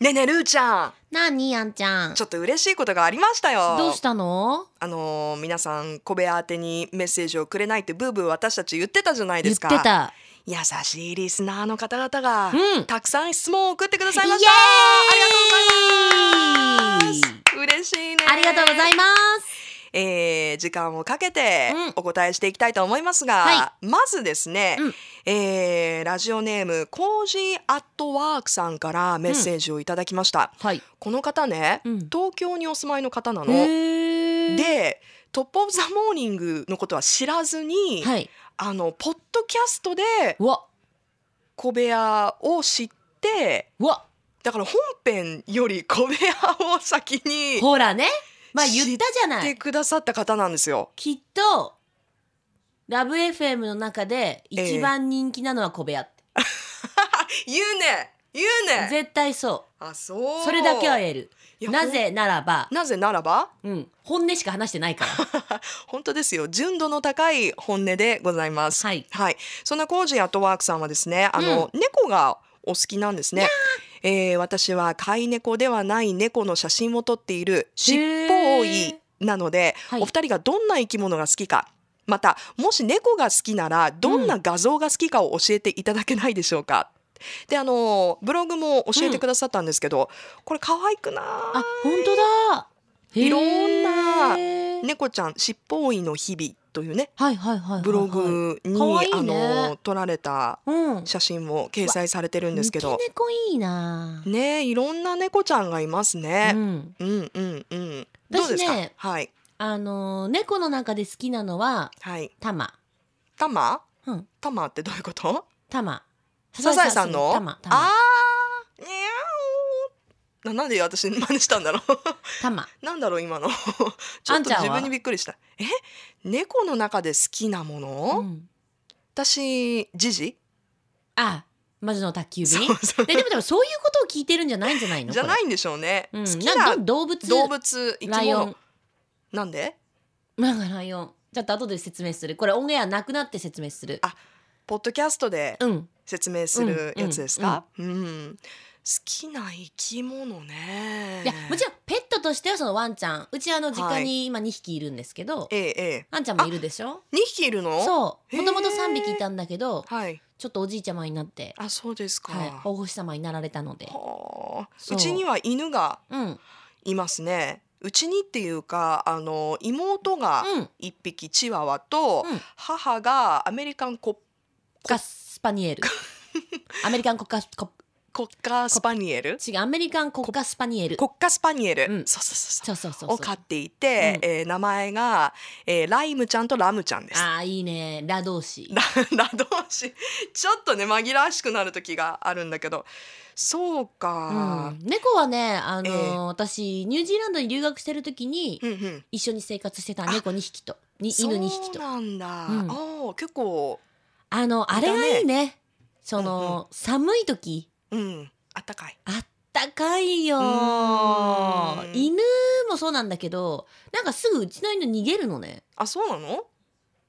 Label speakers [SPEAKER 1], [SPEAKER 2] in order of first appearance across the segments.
[SPEAKER 1] ねえねえるーちゃ
[SPEAKER 2] なにやんちゃん
[SPEAKER 1] んちょっと嬉しいことがありましたよ
[SPEAKER 2] どうしたの
[SPEAKER 1] あのー皆さん小部屋宛てにメッセージをくれないってブーブー私たち言ってたじゃないで
[SPEAKER 2] 言っ
[SPEAKER 1] す
[SPEAKER 2] て
[SPEAKER 1] か
[SPEAKER 2] た
[SPEAKER 1] 優しいリスナーの方々が、
[SPEAKER 2] うん
[SPEAKER 1] たくさん質問を送ってくださいまし
[SPEAKER 2] ありがとうございます
[SPEAKER 1] た嬉しいね
[SPEAKER 2] ありがとうございます
[SPEAKER 1] えー時間をかけて
[SPEAKER 2] うん
[SPEAKER 1] お答えしていきたいと思いますが、
[SPEAKER 2] は
[SPEAKER 1] まずですね、
[SPEAKER 2] うん
[SPEAKER 1] えーラジオネームコージーアットワークさんからメッセージをいただきました、
[SPEAKER 2] はい
[SPEAKER 1] この方ね、
[SPEAKER 2] うん
[SPEAKER 1] 東京にお住まいの方なの
[SPEAKER 2] へー
[SPEAKER 1] で「トップ・オブ・ザ・モーニング」のことは知らずに、
[SPEAKER 2] はい
[SPEAKER 1] あのポッドキャストで
[SPEAKER 2] うわ
[SPEAKER 1] 小部屋を知って
[SPEAKER 2] うわ
[SPEAKER 1] だから本編より小部屋を先に
[SPEAKER 2] ほらねまあ言ったじゃな
[SPEAKER 1] 来て
[SPEAKER 2] い
[SPEAKER 1] くださった方なんですよ。
[SPEAKER 2] きっとラブ FM の中
[SPEAKER 1] え
[SPEAKER 2] で
[SPEAKER 1] え
[SPEAKER 2] 一番人気なのは小部屋って、
[SPEAKER 1] 言うね言うね
[SPEAKER 2] 絶対そ
[SPEAKER 1] あそうう
[SPEAKER 2] それだけは言える
[SPEAKER 1] いや
[SPEAKER 2] なぜならば
[SPEAKER 1] ほんなぜならば
[SPEAKER 2] うん本音しか話してないか ら
[SPEAKER 1] 本当ですよ純度の高い本音でございます。
[SPEAKER 2] はい
[SPEAKER 1] そんなコージーアットワークさんはですねあの、猫がお好きなんですね。えー私は飼い猫ではない猫の写真を撮っている尻尾追いなので、
[SPEAKER 2] はい
[SPEAKER 1] お二人がどんな生き物が好きかまたもし猫が好きならどんな画像が好きかを教えていただけないでしょうか。であのブログも教えてくださったんですけど、これ可愛くな
[SPEAKER 2] あ本当だへー
[SPEAKER 1] いろんな
[SPEAKER 2] はい
[SPEAKER 1] 猫ちゃん尻尾追いの日々というね
[SPEAKER 2] はいはいはいはい
[SPEAKER 1] ブログに、
[SPEAKER 2] 可愛い
[SPEAKER 1] あ
[SPEAKER 2] ね
[SPEAKER 1] の撮られた
[SPEAKER 2] うん
[SPEAKER 1] 写真も掲載されてるんですけ
[SPEAKER 2] 三
[SPEAKER 1] ど
[SPEAKER 2] 毛猫いいな、
[SPEAKER 1] ねいろんな猫ちゃんがいます
[SPEAKER 2] う
[SPEAKER 1] ね、
[SPEAKER 2] ん、
[SPEAKER 1] うん、うんうんどうですか
[SPEAKER 2] 私ね
[SPEAKER 1] はい
[SPEAKER 2] あのー猫の中で好きなのは
[SPEAKER 1] はい
[SPEAKER 2] タマ
[SPEAKER 1] タマ
[SPEAKER 2] うん
[SPEAKER 1] タマってどういうこと
[SPEAKER 2] タマ
[SPEAKER 1] サザエさんの
[SPEAKER 2] タマタ
[SPEAKER 1] あ
[SPEAKER 2] マ
[SPEAKER 1] ーにゃおーななんで私真似したんだろう
[SPEAKER 2] タマ
[SPEAKER 1] なんだろう今の ちょ
[SPEAKER 2] あ
[SPEAKER 1] っ
[SPEAKER 2] ん
[SPEAKER 1] と
[SPEAKER 2] ちゃんは
[SPEAKER 1] 自分にびっくりしたえ猫の中で好きなもの、
[SPEAKER 2] うん
[SPEAKER 1] 私ジジ
[SPEAKER 2] あ魔女の宅急
[SPEAKER 1] そう
[SPEAKER 2] 便
[SPEAKER 1] そう
[SPEAKER 2] ででもでもそういうことを聞いてるんじゃないんじゃないの、
[SPEAKER 1] じゃないいんでしょうね、
[SPEAKER 2] これうん、
[SPEAKER 1] 好き
[SPEAKER 2] な
[SPEAKER 1] なん
[SPEAKER 2] 動物
[SPEAKER 1] 動物生
[SPEAKER 2] ラ
[SPEAKER 1] き
[SPEAKER 2] イオン
[SPEAKER 1] 物なんで
[SPEAKER 2] なんかライオンちょっと後で説明するこれオンエアなくなって説明する
[SPEAKER 1] あポッドキャストで
[SPEAKER 2] うん
[SPEAKER 1] 説明するやつですか、うん好きな生き物ね
[SPEAKER 2] いやもちろんペットとしてはそのワンちゃんうちあの実
[SPEAKER 1] は
[SPEAKER 2] 家
[SPEAKER 1] い
[SPEAKER 2] に今2匹いるんですけど、
[SPEAKER 1] えええ
[SPEAKER 2] ワンちゃんもいるでしょ
[SPEAKER 1] え、2匹いるのう
[SPEAKER 2] そう
[SPEAKER 1] へー
[SPEAKER 2] もともと3匹いたんだけど
[SPEAKER 1] はい
[SPEAKER 2] ちょっとおじいちゃまになって、
[SPEAKER 1] あそうですか、
[SPEAKER 2] はい、保護者様になられたので
[SPEAKER 1] はあ
[SPEAKER 2] そ
[SPEAKER 1] う
[SPEAKER 2] う
[SPEAKER 1] ちには犬が
[SPEAKER 2] うんうん
[SPEAKER 1] いますねうちにっていうかあの妹が1匹チワワと、
[SPEAKER 2] うん
[SPEAKER 1] 母がアメリカンコ
[SPEAKER 2] カスパニエルアメリカン国家こ
[SPEAKER 1] コッカスパニエル
[SPEAKER 2] 違うアメリカン国家スパニエル
[SPEAKER 1] コッカスパニエル、
[SPEAKER 2] うん
[SPEAKER 1] そうそうそうそう
[SPEAKER 2] そうそうそう
[SPEAKER 1] を
[SPEAKER 2] そ
[SPEAKER 1] 飼
[SPEAKER 2] う
[SPEAKER 1] っていて、
[SPEAKER 2] うん
[SPEAKER 1] えー名前が、えーライムちゃんとラムちゃんです。
[SPEAKER 2] あーいいねラ同士
[SPEAKER 1] ララ同士ちょっとね紛らわしくなる時があるんだけどそう
[SPEAKER 2] う
[SPEAKER 1] か、
[SPEAKER 2] ん、猫はね、あのー
[SPEAKER 1] ええ
[SPEAKER 2] 私ニュージーランドに留学してる時に
[SPEAKER 1] うん、うんうん
[SPEAKER 2] 一緒に生活してた猫2匹とに犬2匹
[SPEAKER 1] そう
[SPEAKER 2] と
[SPEAKER 1] なんだ、
[SPEAKER 2] うん
[SPEAKER 1] ああ結構
[SPEAKER 2] あのあれがいいねその、
[SPEAKER 1] うん
[SPEAKER 2] 寒い時
[SPEAKER 1] うんあったかい
[SPEAKER 2] あったかいよ
[SPEAKER 1] うーん
[SPEAKER 2] 犬もそうなんだけどなんかすぐうちの犬逃げるのね
[SPEAKER 1] あそうなの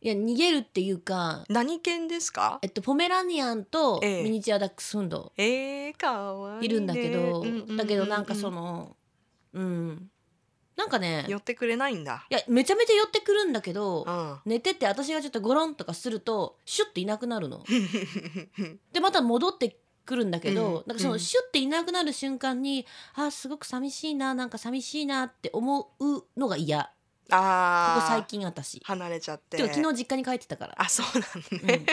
[SPEAKER 2] いや逃げるっていうか
[SPEAKER 1] 何犬ですか
[SPEAKER 2] えっとポメラニアンと
[SPEAKER 1] ええ
[SPEAKER 2] ミニチュアダックスフンド
[SPEAKER 1] えー、かわいい、ね、
[SPEAKER 2] いるんだけど、
[SPEAKER 1] ううう
[SPEAKER 2] だけどなんかそのうんなんかね
[SPEAKER 1] 寄ってくれないんだ
[SPEAKER 2] いやめちゃめちゃ寄ってくるんだけど
[SPEAKER 1] うん
[SPEAKER 2] 寝てて私がちょっとゴロンとかするとシュッていなくなるの。でまた戻ってくるんだけ
[SPEAKER 1] う
[SPEAKER 2] ど、
[SPEAKER 1] ん
[SPEAKER 2] なんかその
[SPEAKER 1] うん
[SPEAKER 2] シュッていなくなる瞬間に、あーすごく寂しいななんか寂しいなって思うのが嫌こ
[SPEAKER 1] ああ
[SPEAKER 2] こ最近私
[SPEAKER 1] 離れちゃって
[SPEAKER 2] てか昨日実家に帰ってたから
[SPEAKER 1] あそうなん
[SPEAKER 2] う
[SPEAKER 1] ね、
[SPEAKER 2] ん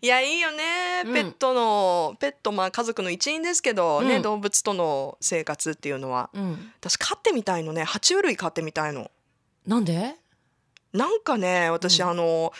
[SPEAKER 1] いやいいよね、
[SPEAKER 2] うん
[SPEAKER 1] ペットのペットまあ家族の一員ですけど、ね
[SPEAKER 2] うん
[SPEAKER 1] 動物との生活っていうのは
[SPEAKER 2] うん
[SPEAKER 1] 私飼ってみたいのね爬虫類飼ってみたいの
[SPEAKER 2] なんで
[SPEAKER 1] なんかね私、
[SPEAKER 2] うん
[SPEAKER 1] あの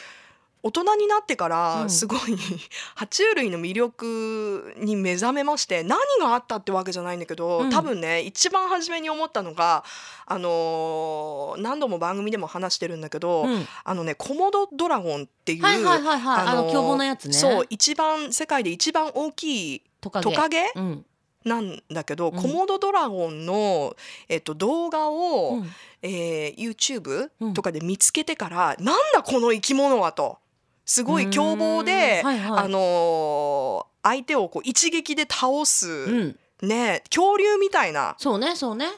[SPEAKER 1] 大人になってから、
[SPEAKER 2] うん
[SPEAKER 1] すごい 爬虫類の魅力に目覚めまして何があったってわけじゃないんだけど、
[SPEAKER 2] うん
[SPEAKER 1] 多分ね一番初めに思ったのがあのー何度も番組でも話してるんだけど、
[SPEAKER 2] うん
[SPEAKER 1] あのねコモドドラゴンっていう、
[SPEAKER 2] はいはいはいはいあの
[SPEAKER 1] ー
[SPEAKER 2] 凶暴なやつね
[SPEAKER 1] そう一番世界で一番大きい
[SPEAKER 2] トカゲ
[SPEAKER 1] トカゲ
[SPEAKER 2] うん
[SPEAKER 1] なんだけど、
[SPEAKER 2] うん
[SPEAKER 1] コモドドラゴンの、えっと、動画を、
[SPEAKER 2] うん
[SPEAKER 1] えー YouTube
[SPEAKER 2] うん
[SPEAKER 1] とかで見つけてから、なんだこの生き物はとすごい凶暴で、
[SPEAKER 2] うんはいはい
[SPEAKER 1] あのー相手をこう一撃で倒す、
[SPEAKER 2] うん
[SPEAKER 1] ね恐竜みたいな
[SPEAKER 2] そうねそうね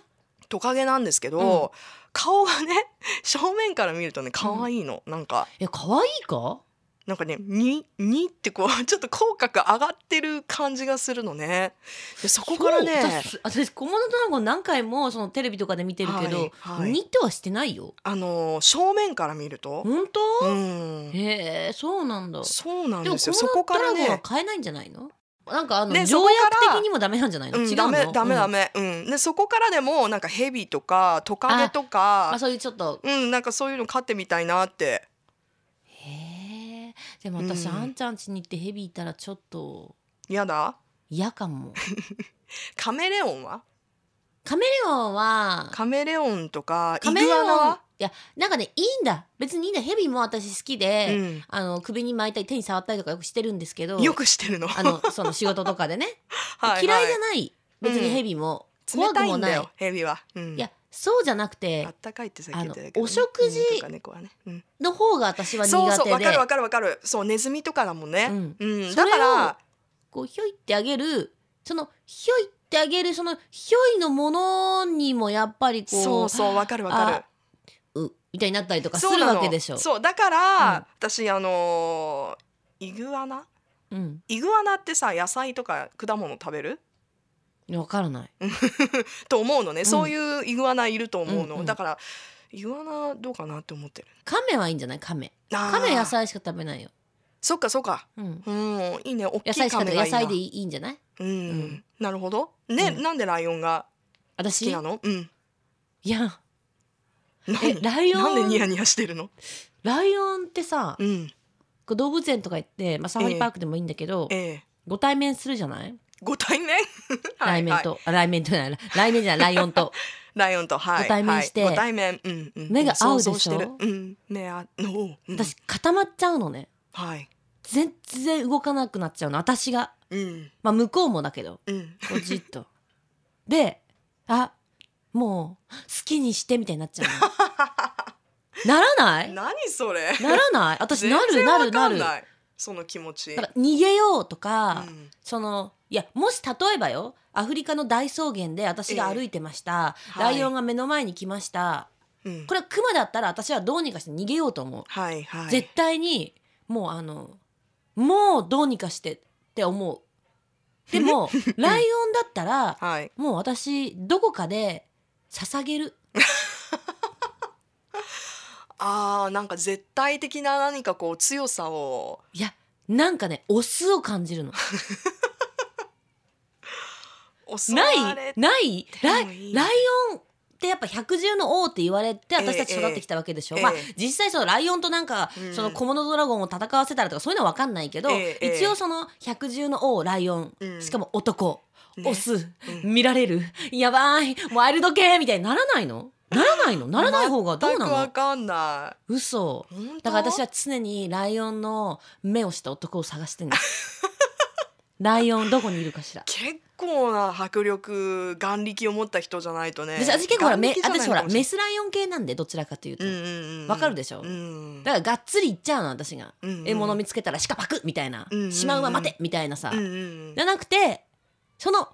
[SPEAKER 1] トカゲなんですけど、顔がね 正面から見るとね可愛いの、なんか
[SPEAKER 2] え可愛いか
[SPEAKER 1] なんかね「に」にってこうち ょっと口角上がってる感じがするのね。でそこから
[SPEAKER 2] そうだ
[SPEAKER 1] ね
[SPEAKER 2] す私小物卵何回もそのテレビとかで見てるけど、
[SPEAKER 1] はいはい
[SPEAKER 2] 似てはしてないよ
[SPEAKER 1] あのー正面から見ると、
[SPEAKER 2] 本当、
[SPEAKER 1] うん、
[SPEAKER 2] へえそうなんだ
[SPEAKER 1] そうなんで
[SPEAKER 2] でも
[SPEAKER 1] す
[SPEAKER 2] 小
[SPEAKER 1] よ。そ
[SPEAKER 2] 物
[SPEAKER 1] こから
[SPEAKER 2] 卵は
[SPEAKER 1] ね、
[SPEAKER 2] 買えないんじゃないのなんかあの、
[SPEAKER 1] ねそ
[SPEAKER 2] 条
[SPEAKER 1] こから
[SPEAKER 2] 約的にもダメなんじゃないの、
[SPEAKER 1] う
[SPEAKER 2] 違
[SPEAKER 1] ん、
[SPEAKER 2] う
[SPEAKER 1] ダ
[SPEAKER 2] の
[SPEAKER 1] メダメダ
[SPEAKER 2] うん
[SPEAKER 1] メ、うん、でそこからでもなんかヘビとかトカゲと
[SPEAKER 2] まあ、
[SPEAKER 1] か、
[SPEAKER 2] そういうちょっと
[SPEAKER 1] うん、なんかそういうの飼ってみたいなって、
[SPEAKER 2] へえでも私、
[SPEAKER 1] うん
[SPEAKER 2] あんちゃん家に行ってヘビいたらちょっと
[SPEAKER 1] やだ。
[SPEAKER 2] 嫌かも
[SPEAKER 1] カメレオンは？
[SPEAKER 2] カメレオンは
[SPEAKER 1] カメレオンとかイ
[SPEAKER 2] カ
[SPEAKER 1] グ
[SPEAKER 2] メレ
[SPEAKER 1] アナ
[SPEAKER 2] オン
[SPEAKER 1] は？
[SPEAKER 2] いやなんかねいいんだ別にいいんだヘビも私好きで、
[SPEAKER 1] うん
[SPEAKER 2] あの首に巻いたり手に触ったりとかよくしてるんですけど
[SPEAKER 1] よくしてるの。
[SPEAKER 2] あの その仕事とかでね
[SPEAKER 1] は
[SPEAKER 2] 嫌いじゃ
[SPEAKER 1] は
[SPEAKER 2] ない別にヘビも、
[SPEAKER 1] 冷
[SPEAKER 2] 怖
[SPEAKER 1] た
[SPEAKER 2] く
[SPEAKER 1] い
[SPEAKER 2] も
[SPEAKER 1] ん
[SPEAKER 2] な
[SPEAKER 1] だ
[SPEAKER 2] い
[SPEAKER 1] よヘビは、うん、
[SPEAKER 2] いやそうじゃなくて
[SPEAKER 1] あったかいってさっき言ってたけどね、
[SPEAKER 2] あのお食事
[SPEAKER 1] うんとか猫はねうん
[SPEAKER 2] の方が私は苦手
[SPEAKER 1] そう
[SPEAKER 2] で
[SPEAKER 1] そうわかるわかるわかるそうネズミとかだもんね、
[SPEAKER 2] うん
[SPEAKER 1] うん、
[SPEAKER 2] そ
[SPEAKER 1] だ
[SPEAKER 2] れ
[SPEAKER 1] か
[SPEAKER 2] を
[SPEAKER 1] ら
[SPEAKER 2] こうひょいってあげるそのひょいってあげるそのひょいのものにもやっぱりこう
[SPEAKER 1] そうそうわかるわか
[SPEAKER 2] うみたいになったりと
[SPEAKER 1] る
[SPEAKER 2] かす
[SPEAKER 1] そう
[SPEAKER 2] る
[SPEAKER 1] な
[SPEAKER 2] わ
[SPEAKER 1] の
[SPEAKER 2] けでしょ。
[SPEAKER 1] そうだから、
[SPEAKER 2] うん
[SPEAKER 1] 私あのーイグアナ
[SPEAKER 2] うん、
[SPEAKER 1] イグアナってさ野菜とか果物食べる
[SPEAKER 2] わからない。
[SPEAKER 1] と思うのね、
[SPEAKER 2] ん
[SPEAKER 1] そういうイグアナいると思うの、
[SPEAKER 2] うんうん
[SPEAKER 1] だからイグアナどうかなって思ってる
[SPEAKER 2] 亀はいいんじゃない亀。
[SPEAKER 1] あー
[SPEAKER 2] 亀は野菜しか食べないよ。
[SPEAKER 1] そっかそっか
[SPEAKER 2] うん、
[SPEAKER 1] うんいいね大
[SPEAKER 2] 野
[SPEAKER 1] きい
[SPEAKER 2] 菜しか
[SPEAKER 1] カ
[SPEAKER 2] 食
[SPEAKER 1] メ
[SPEAKER 2] べな
[SPEAKER 1] がいいな
[SPEAKER 2] い野菜でいいんじゃない
[SPEAKER 1] うん、
[SPEAKER 2] ん
[SPEAKER 1] なるほどね、
[SPEAKER 2] うん
[SPEAKER 1] なんでライオンが好
[SPEAKER 2] 私
[SPEAKER 1] きなのうん
[SPEAKER 2] いやえ
[SPEAKER 1] 何
[SPEAKER 2] ライオ
[SPEAKER 1] なんでニヤ
[SPEAKER 2] ン
[SPEAKER 1] ニヤしてるの
[SPEAKER 2] ライオンってさ、
[SPEAKER 1] うん
[SPEAKER 2] こう動物園とか行って、まあ、サファリパークでもいいんだけど、
[SPEAKER 1] ええ
[SPEAKER 2] ご対面するじゃない
[SPEAKER 1] ご対面 は
[SPEAKER 2] 来
[SPEAKER 1] い
[SPEAKER 2] 面
[SPEAKER 1] はい
[SPEAKER 2] と、あ来面とじゃない来面じゃないライオンと
[SPEAKER 1] ライオンとはい
[SPEAKER 2] ご対面して
[SPEAKER 1] はいご対面うんうん
[SPEAKER 2] 目が合うでしょ
[SPEAKER 1] 想像てるうん目あおう、うん、
[SPEAKER 2] 私固まっちゃうのね
[SPEAKER 1] はい
[SPEAKER 2] 全然動かなくなっちゃうの私が、
[SPEAKER 1] うん
[SPEAKER 2] まあ、向こうもだけど
[SPEAKER 1] うん
[SPEAKER 2] こうじっ とであもう好きにしてみたいになっちゃうのならない
[SPEAKER 1] 何それ
[SPEAKER 2] ならない私
[SPEAKER 1] 全
[SPEAKER 2] なる
[SPEAKER 1] 然
[SPEAKER 2] な
[SPEAKER 1] わ
[SPEAKER 2] る
[SPEAKER 1] か
[SPEAKER 2] なんるだ
[SPEAKER 1] ないその気持ち
[SPEAKER 2] から逃げようとか、
[SPEAKER 1] うん
[SPEAKER 2] そのいやもし例えばよアフリカの大草原で私が歩いてました、
[SPEAKER 1] ええ
[SPEAKER 2] ライオンが目の前に来ました、
[SPEAKER 1] うん
[SPEAKER 2] これはクマだったら私はどうにかして逃げようと思う、
[SPEAKER 1] はいはい
[SPEAKER 2] 絶対にもうあのもうどうにかしてって思う でもライオンだったら
[SPEAKER 1] はい
[SPEAKER 2] もう私どこかで捧げる
[SPEAKER 1] あーなんか絶対的な何かこう強さを
[SPEAKER 2] いやなんかねオスを感じるの
[SPEAKER 1] 襲わ
[SPEAKER 2] ない
[SPEAKER 1] れて
[SPEAKER 2] ないライ
[SPEAKER 1] もいい
[SPEAKER 2] ライオンってやっぱ百獣の王って言われて私たち育ってきたわけでしょ、
[SPEAKER 1] ええ
[SPEAKER 2] まあ
[SPEAKER 1] ええ
[SPEAKER 2] 実際そのライオンとなんか
[SPEAKER 1] うん
[SPEAKER 2] その小物ドラゴンを戦わせたらとかそういうのは分かんないけど、
[SPEAKER 1] ええええ
[SPEAKER 2] 一応その百獣の王ライオン、
[SPEAKER 1] うん
[SPEAKER 2] しかも男、
[SPEAKER 1] ね
[SPEAKER 2] オス、
[SPEAKER 1] う
[SPEAKER 2] 見られるやばいワイルド系みたいにならないのならないのならない方がどうな
[SPEAKER 1] 全くわ
[SPEAKER 2] の
[SPEAKER 1] かんない
[SPEAKER 2] 嘘
[SPEAKER 1] 本当
[SPEAKER 2] だから私は常にライオンの目をした男を探して んですライオンどこにいるかしら
[SPEAKER 1] 結構な迫力眼力を持った人じゃないとね
[SPEAKER 2] 私私結構ほらめ
[SPEAKER 1] 眼力じゃない
[SPEAKER 2] 私ほら
[SPEAKER 1] のかもしれ
[SPEAKER 2] メスライオン系なんでどちらかというと、
[SPEAKER 1] ないうんうんうん
[SPEAKER 2] わかるでしょ
[SPEAKER 1] うん
[SPEAKER 2] だからがっつりいっちゃうの私が、
[SPEAKER 1] うんうん
[SPEAKER 2] 獲物見つけたらしかパクッみたいな、
[SPEAKER 1] うんうんうん
[SPEAKER 2] シマウマ待てみたいなさ、
[SPEAKER 1] うんうん
[SPEAKER 2] じゃなくてその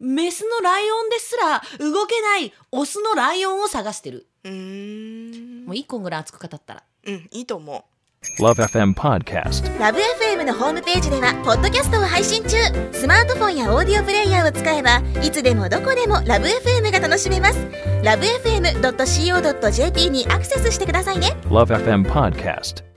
[SPEAKER 2] メスのライオンですら動けないオスのライオンを探してる
[SPEAKER 1] うんうーん
[SPEAKER 2] もう一個ぐらい熱く語ったら
[SPEAKER 1] うんいいと思う
[SPEAKER 3] Love FM Podcast.
[SPEAKER 4] ラブ f m のホームページではポッドキャストを配信中スマートフォンやオーディオプレイヤーを使えばいつでもどこでもラブ f m が楽しめますラブ FM.co.jp にアクセスしてくださいね
[SPEAKER 3] Love FM Podcast.